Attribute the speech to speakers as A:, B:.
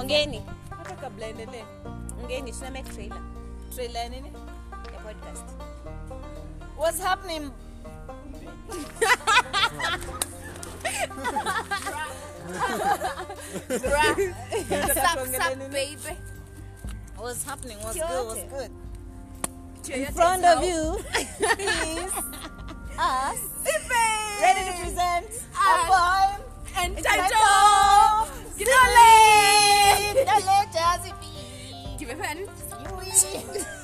A: ongeni
B: hata kabla endelee
A: ongeni tuna make trailer
B: trailer ya nini
A: ya podcast
B: what's happening
A: Bruh.
B: Nataka
A: Sup,
B: tuongelee
A: sup,
B: nini?
A: baby.
B: what's happening what's
A: Yote.
B: good what's good
A: Yoyote
B: in front of
A: how?
B: you is us
A: Zipe.
B: ready to present a
A: Us.
B: poem
A: And
B: Ah. title.
A: title. Kidole.
B: the letters
A: Kimefanya nini?
B: we